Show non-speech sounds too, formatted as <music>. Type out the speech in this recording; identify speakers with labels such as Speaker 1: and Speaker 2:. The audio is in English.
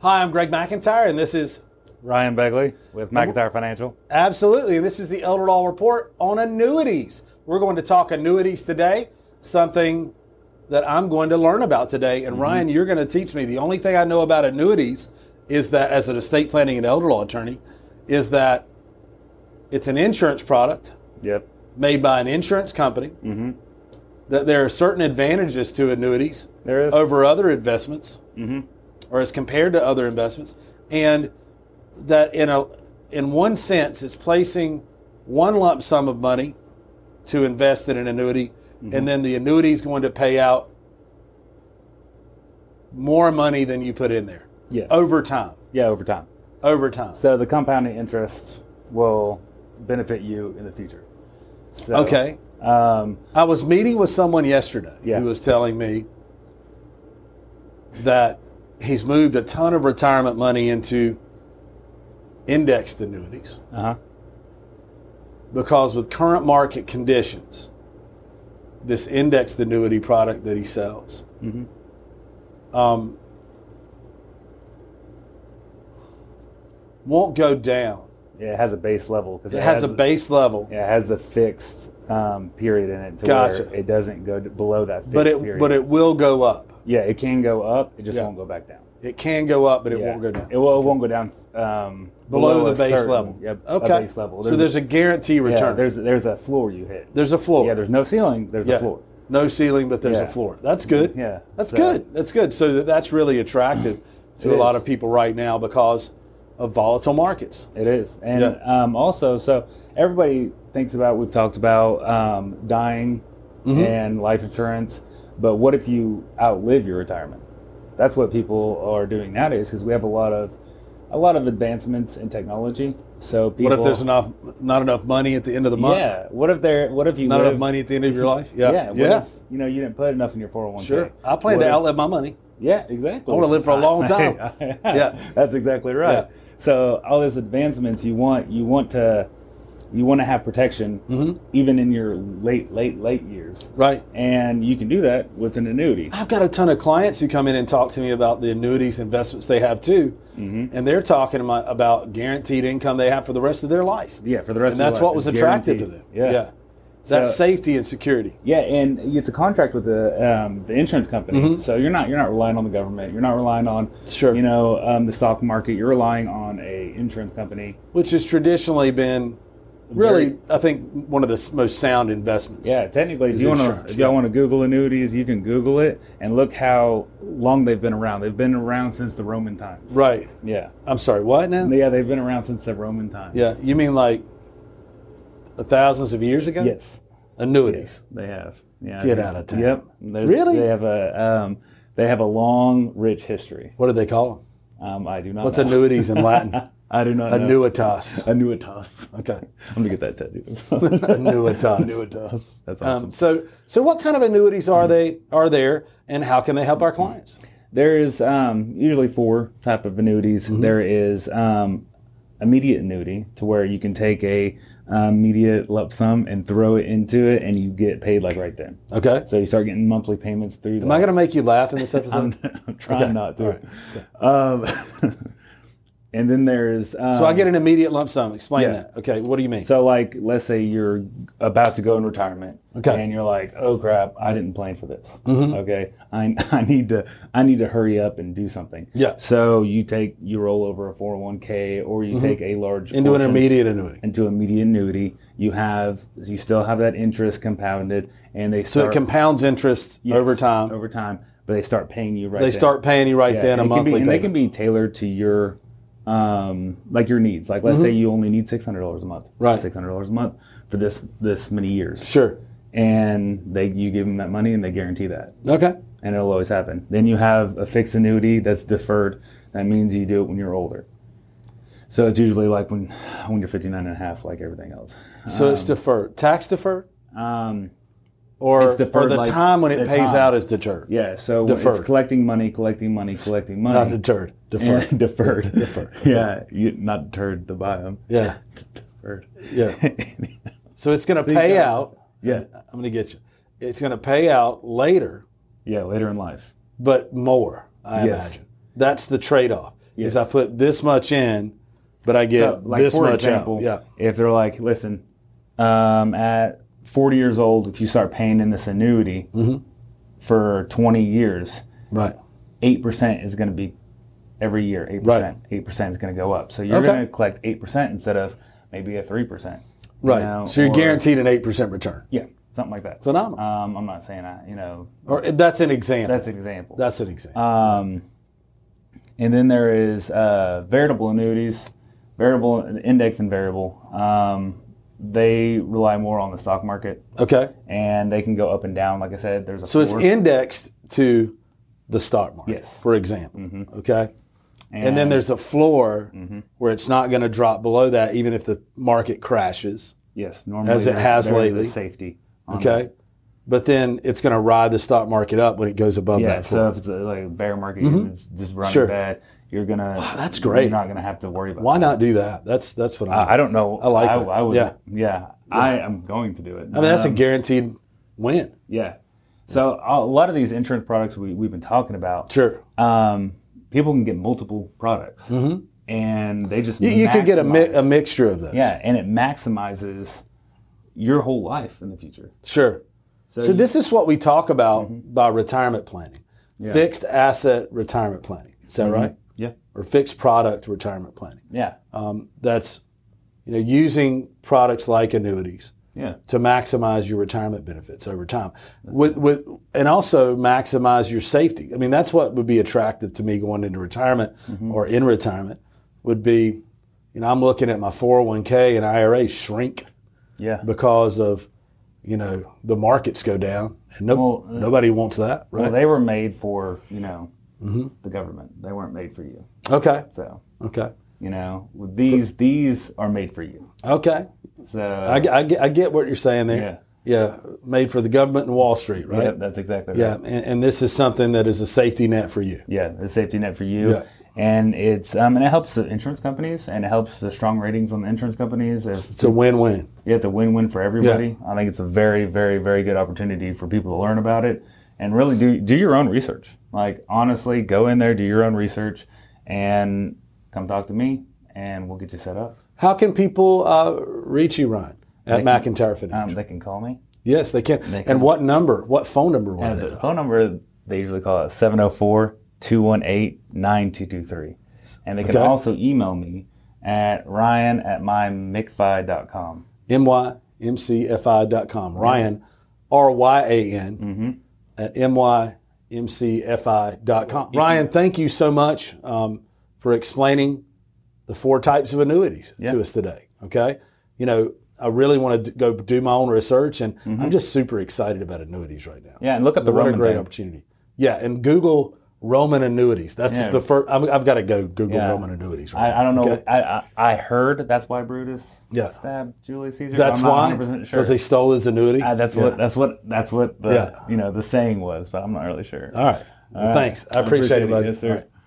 Speaker 1: Hi, I'm Greg McIntyre, and this is
Speaker 2: Ryan Begley with
Speaker 1: Mm-hmm.
Speaker 2: McIntyre Financial.
Speaker 1: absolutely, and this is the Elder Law Report on annuities. We're going to talk annuities today, something that I'm going to learn about today. And Ryan, you're going to teach me. The only thing I know about annuities is that, as an estate planning and elder law attorney, is that it's an insurance product
Speaker 2: Yep.
Speaker 1: made by an insurance company. That there are certain advantages to annuities
Speaker 2: There is.
Speaker 1: over other investments, or as compared to other investments, and that in a in one sense is placing one lump sum of money to invest in an annuity,
Speaker 2: Mm-hmm.
Speaker 1: and then the annuity is going to pay out more money than you put in there
Speaker 2: Yes.
Speaker 1: over time.
Speaker 2: Yeah, over time.
Speaker 1: Over time.
Speaker 2: So the compounding interest will benefit you in the future. So,
Speaker 1: okay.
Speaker 2: Um,
Speaker 1: I was meeting with someone yesterday
Speaker 2: Yeah.
Speaker 1: who was telling me that he's moved a ton of retirement money into indexed annuities
Speaker 2: uh huh.
Speaker 1: because with current market conditions, this indexed annuity product that he sells,
Speaker 2: Mhm.
Speaker 1: um, won't go down.
Speaker 2: It has a base level because
Speaker 1: It has a base level,
Speaker 2: It has a fixed um, period in it to
Speaker 1: Gotcha.
Speaker 2: where it doesn't go d below that fixed
Speaker 1: but it
Speaker 2: period.
Speaker 1: but it will go up.
Speaker 2: yeah, it can go up. It just
Speaker 1: Yeah.
Speaker 2: won't go back down.
Speaker 1: It can go up, but it
Speaker 2: Yeah.
Speaker 1: won't go down.
Speaker 2: It, will, it won't go down um,
Speaker 1: below,
Speaker 2: a
Speaker 1: the base
Speaker 2: certain-
Speaker 1: level.
Speaker 2: Yep. a
Speaker 1: Okay.
Speaker 2: base level.
Speaker 1: so there's a guarantee
Speaker 2: yeah,
Speaker 1: return. there's,
Speaker 2: there's there's a floor you hit.
Speaker 1: a floor.
Speaker 2: Yeah, there's no ceiling. There's
Speaker 1: Yeah.
Speaker 2: a floor.
Speaker 1: No ceiling, but there's a
Speaker 2: Yeah.
Speaker 1: floor. That's good.
Speaker 2: Yeah,
Speaker 1: That's
Speaker 2: so-
Speaker 1: good. That's good. So that, that's really
Speaker 2: <clears throat>
Speaker 1: attractive to
Speaker 2: It
Speaker 1: a lot
Speaker 2: is.
Speaker 1: of people right now because of volatile markets.
Speaker 2: It is, and
Speaker 1: Yeah.
Speaker 2: um, also, so everybody thinks about. We've talked about um, dying
Speaker 1: Mm-hmm.
Speaker 2: and life insurance, but what if you outlive your retirement? That's what people are doing nowadays because we have a lot of a lot of advancements in technology. So people,
Speaker 1: What if there's enough, not enough money at the end of the month?
Speaker 2: Yeah, what if there? What if you
Speaker 1: Not
Speaker 2: live,
Speaker 1: enough money at the end of your life? Yeah.
Speaker 2: Yeah, what If, you know, you didn't put enough in your four hundred one k.
Speaker 1: sure. I plan to outlive my money.
Speaker 2: Yeah, exactly.
Speaker 1: I wanna live for a long time.
Speaker 2: <laughs>
Speaker 1: <laughs> Yeah.
Speaker 2: yeah, that's exactly right.
Speaker 1: Yeah.
Speaker 2: So all those advancements you want, you want to, you want to have protection
Speaker 1: Mm-hmm.
Speaker 2: even in your late, late, late years,
Speaker 1: Right.
Speaker 2: and you can do that with an annuity.
Speaker 1: I've got a ton of clients who come in and talk to me about the annuities investments they have too,
Speaker 2: Mm-hmm.
Speaker 1: and they're talking amo- about guaranteed income they have for the rest of their life.
Speaker 2: Yeah, for the rest.
Speaker 1: and
Speaker 2: of
Speaker 1: that's
Speaker 2: your
Speaker 1: what
Speaker 2: life,
Speaker 1: was
Speaker 2: it's
Speaker 1: attractive to them.
Speaker 2: guaranteed.
Speaker 1: Yeah,
Speaker 2: yeah,
Speaker 1: that's
Speaker 2: So-
Speaker 1: safety and security.
Speaker 2: Yeah, and it's a contract with the um, the insurance company, so you're not you're not relying on the government. You're not relying on
Speaker 1: Mm-hmm. Sure.
Speaker 2: you know um, the stock market. You're relying on a insurance company.
Speaker 1: which has traditionally been really,
Speaker 2: Very-
Speaker 1: I think, one of the s- most sound investments.
Speaker 2: Yeah, technically, if
Speaker 1: Is
Speaker 2: you want to,
Speaker 1: insurance,
Speaker 2: if
Speaker 1: yeah.
Speaker 2: y'all want to Google annuities, you can Google it and look how long they've been around. They've been around since the Roman times.
Speaker 1: Right.
Speaker 2: Yeah,
Speaker 1: I'm sorry. What now?
Speaker 2: yeah, they've been around since the Roman times.
Speaker 1: Yeah. You mean like thousands of years ago?
Speaker 2: Yes,
Speaker 1: Annuities.
Speaker 2: they have. Yeah.
Speaker 1: Get out of town.
Speaker 2: Yep. There's-
Speaker 1: Really?
Speaker 2: They have a um, they have a long, rich history.
Speaker 1: What do they call them?
Speaker 2: Um, I do not.
Speaker 1: What's
Speaker 2: know.
Speaker 1: annuities in
Speaker 2: <laughs>
Speaker 1: Latin?
Speaker 2: I do not. know.
Speaker 1: Annuitas.
Speaker 2: Annuitas.
Speaker 1: Okay.
Speaker 2: I'm gonna get that tattooed.
Speaker 1: Annuitas.
Speaker 2: Annuitas. <laughs> That's awesome.
Speaker 1: Um, so, so what kind of annuities are they are there, and how can they help our clients?
Speaker 2: There is um, usually four type of annuities.
Speaker 1: Mm-hmm.
Speaker 2: There is um, immediate annuity to where you can take a um, immediate lump sum and throw it into it, and you get paid like right then.
Speaker 1: Okay.
Speaker 2: So you start getting monthly payments through.
Speaker 1: Am I going to make you laugh in this episode?
Speaker 2: <laughs> I'm trying not to.
Speaker 1: All right.
Speaker 2: Um, <laughs> and then there's um,
Speaker 1: So I get an immediate lump sum. Explain
Speaker 2: Yeah.
Speaker 1: that. Okay. What do you mean?
Speaker 2: So, like, let's say you're about to go in retirement,
Speaker 1: Okay. Mm-hmm.
Speaker 2: and you're like, "Oh crap, I didn't plan for this." Okay, I, <laughs> I need to I need to hurry up and do something.
Speaker 1: Yeah.
Speaker 2: So you take you roll over a four hundred one k, or you take a large
Speaker 1: Mm-hmm. Into an
Speaker 2: portion
Speaker 1: immediate annuity.
Speaker 2: into immediate annuity. You have you still have that interest compounded, and they
Speaker 1: So
Speaker 2: start
Speaker 1: it compounds interest
Speaker 2: yes,
Speaker 1: over time.
Speaker 2: Over time, but they start paying you right.
Speaker 1: They
Speaker 2: then.
Speaker 1: start paying you right
Speaker 2: Yeah,
Speaker 1: then a
Speaker 2: it can be-
Speaker 1: monthly
Speaker 2: and they
Speaker 1: payment.
Speaker 2: can be tailored to your um like your needs like let's say you only need six hundred dollars a month
Speaker 1: Mm-hmm. Right.
Speaker 2: six hundred dollars a month for this this many years
Speaker 1: sure.
Speaker 2: and they you give them that money and they guarantee that
Speaker 1: Okay.
Speaker 2: and it'll always happen then you have a fixed annuity that's deferred that means you do it when you're older so it's usually like when when you're 59 and a half like everything else
Speaker 1: So it's deferred, tax deferred,
Speaker 2: um
Speaker 1: or,
Speaker 2: It's deferred
Speaker 1: or the
Speaker 2: like
Speaker 1: time when it
Speaker 2: the
Speaker 1: pays
Speaker 2: time.
Speaker 1: out is deterred.
Speaker 2: yeah so when it's
Speaker 1: Deferred.
Speaker 2: collecting money collecting money collecting money
Speaker 1: Not deterred, deferred.
Speaker 2: <laughs> And deferred deferred <laughs> yeah you not deterred to buy them
Speaker 1: yeah.
Speaker 2: <laughs> deferred <laughs>
Speaker 1: Yeah. So it's going to pay out.
Speaker 2: Yeah.
Speaker 1: I'm going to get you. It's going to pay out later,
Speaker 2: Yeah, later in life.
Speaker 1: but more, I
Speaker 2: Yes.
Speaker 1: imagine. That's the trade off. Is I put this much in, but I get
Speaker 2: So, like
Speaker 1: this
Speaker 2: for
Speaker 1: much
Speaker 2: example,
Speaker 1: out. Yeah.
Speaker 2: if they're like, listen, um, at 40 years old, if you start paying in this annuity
Speaker 1: Mm-hmm.
Speaker 2: for 20 years,
Speaker 1: Right.
Speaker 2: eight percent is going to be every year. Eight
Speaker 1: Right.
Speaker 2: percent, eight percent is going to go up. So you're
Speaker 1: Okay.
Speaker 2: going to collect eight percent instead of maybe a three percent.
Speaker 1: Right. so you're guaranteed an 8% return.
Speaker 2: Yeah, something like that.
Speaker 1: Phenomenal.
Speaker 2: Um, I'm not saying I, you know,
Speaker 1: or eh, that's an example.
Speaker 2: that's Uh, an example.
Speaker 1: That's an example.
Speaker 2: Um, and then there is uh, variable annuities, variable index and variable. Um, they rely more on the stock market,
Speaker 1: okay.
Speaker 2: and they can go up and down. Like I said, there's a
Speaker 1: So it's
Speaker 2: floor,
Speaker 1: indexed to the stock market,
Speaker 2: Yes. Mm-hmm.
Speaker 1: for example. Okay. And, then there's a floor where it's not going to drop below that, even if the market crashes.
Speaker 2: yes normally
Speaker 1: as it
Speaker 2: there-
Speaker 1: has
Speaker 2: there is a
Speaker 1: lately.
Speaker 2: safety. on
Speaker 1: Okay. But then it's going to ride the stock market up when it goes above
Speaker 2: Yeah,
Speaker 1: that floor. Mm-hmm.
Speaker 2: so if it's a, like a bear market, it's just running
Speaker 1: Sure.
Speaker 2: bad. You're gonna.
Speaker 1: that's great.
Speaker 2: You're not gonna have to worry about.
Speaker 1: Why not do that? That's that's what I.
Speaker 2: That. I don't know. I
Speaker 1: like
Speaker 2: I,
Speaker 1: that.
Speaker 2: I would,
Speaker 1: Yeah.
Speaker 2: yeah. I am going to do it. Uh,
Speaker 1: I mean, that's a guaranteed win.
Speaker 2: yeah. So a lot of these insurance products we we've been talking about.
Speaker 1: Sure.
Speaker 2: Um, people can get multiple products, and they just
Speaker 1: Mm-hmm. You, you could get a, mi-
Speaker 2: mix.
Speaker 1: a mixture of those.
Speaker 2: yeah, and it maximizes your whole life in the future.
Speaker 1: Sure. So,
Speaker 2: you-
Speaker 1: this is what we talk about by retirement planning, fixed asset retirement planning. Is that right?
Speaker 2: Yeah.
Speaker 1: Or fixed product retirement planning.
Speaker 2: Yeah.
Speaker 1: Um, that's, you know, using products like annuities
Speaker 2: yeah.
Speaker 1: to maximize your retirement benefits over time, with with and also maximize your safety. I mean, that's what would be attractive to me going into retirement or in retirement would be, you know, I'm looking at my 401k and IRA shrink
Speaker 2: Yeah.
Speaker 1: because of you know the markets go down and no,
Speaker 2: Well, uh,
Speaker 1: nobody wants that
Speaker 2: well,
Speaker 1: right
Speaker 2: they were made for you know
Speaker 1: Mm-hmm.
Speaker 2: the government. They weren't made for you.
Speaker 1: okay
Speaker 2: So
Speaker 1: okay
Speaker 2: you know, with these these are made for you.
Speaker 1: okay
Speaker 2: So
Speaker 1: I, ge- I, get, I get what you're saying there yeah. made for the government and wall street right
Speaker 2: Yep, that's exactly
Speaker 1: yeah
Speaker 2: right.
Speaker 1: and, and this is something that is a safety net for you
Speaker 2: Yeah, the safety net for you.
Speaker 1: Yeah.
Speaker 2: And it's um, and it helps the insurance companies and it helps the strong ratings on the insurance companies. If
Speaker 1: it's a win-win
Speaker 2: yeah, it's a win-win for everybody. I think it's a very, very, very good opportunity for people to learn about it and really do do your own research. Like honestly, go in there, do your own research, and come talk to me, and we'll get you set up.
Speaker 1: how can people uh, reach you ryan at mcintyre financial
Speaker 2: Um, they can call me.
Speaker 1: yes they can
Speaker 2: they
Speaker 1: and
Speaker 2: can.
Speaker 1: what number what phone number were
Speaker 2: And
Speaker 1: they
Speaker 2: the phone number they usually call it 704 218 9223. And they can
Speaker 1: Okay.
Speaker 2: also email me at ryan at mymicfi.com.
Speaker 1: mymcfi.com.
Speaker 2: Mm-hmm.
Speaker 1: Ryan, R Y A N, at mymcfi.com. Ryan, thank you so much um, for explaining the four types of annuities to us today. Okay. You know, I really want to d- go do my own research, and I'm just super excited about annuities right now.
Speaker 2: Mm-hmm. Yeah, and look up the
Speaker 1: What
Speaker 2: Roman
Speaker 1: a great
Speaker 2: thing.
Speaker 1: opportunity. Yeah. And Google Roman annuities. That's
Speaker 2: Yeah.
Speaker 1: the first, I'm, I've got to go Google
Speaker 2: Yeah.
Speaker 1: Roman annuities right
Speaker 2: I, I don't know.
Speaker 1: Okay.
Speaker 2: I, I, I heard that's why Brutus
Speaker 1: Yeah.
Speaker 2: stabbed Julius Caesar.
Speaker 1: That's
Speaker 2: I'm not
Speaker 1: why,
Speaker 2: 100%
Speaker 1: because
Speaker 2: sure.
Speaker 1: they stole his annuity.
Speaker 2: Uh, that's what that's what that's what the
Speaker 1: Yeah.
Speaker 2: you know the saying was, but I'm not really sure.
Speaker 1: All right. Well, Thanks. I appreciate, it, buddy.
Speaker 2: Yes,
Speaker 1: All
Speaker 2: sir.
Speaker 1: right.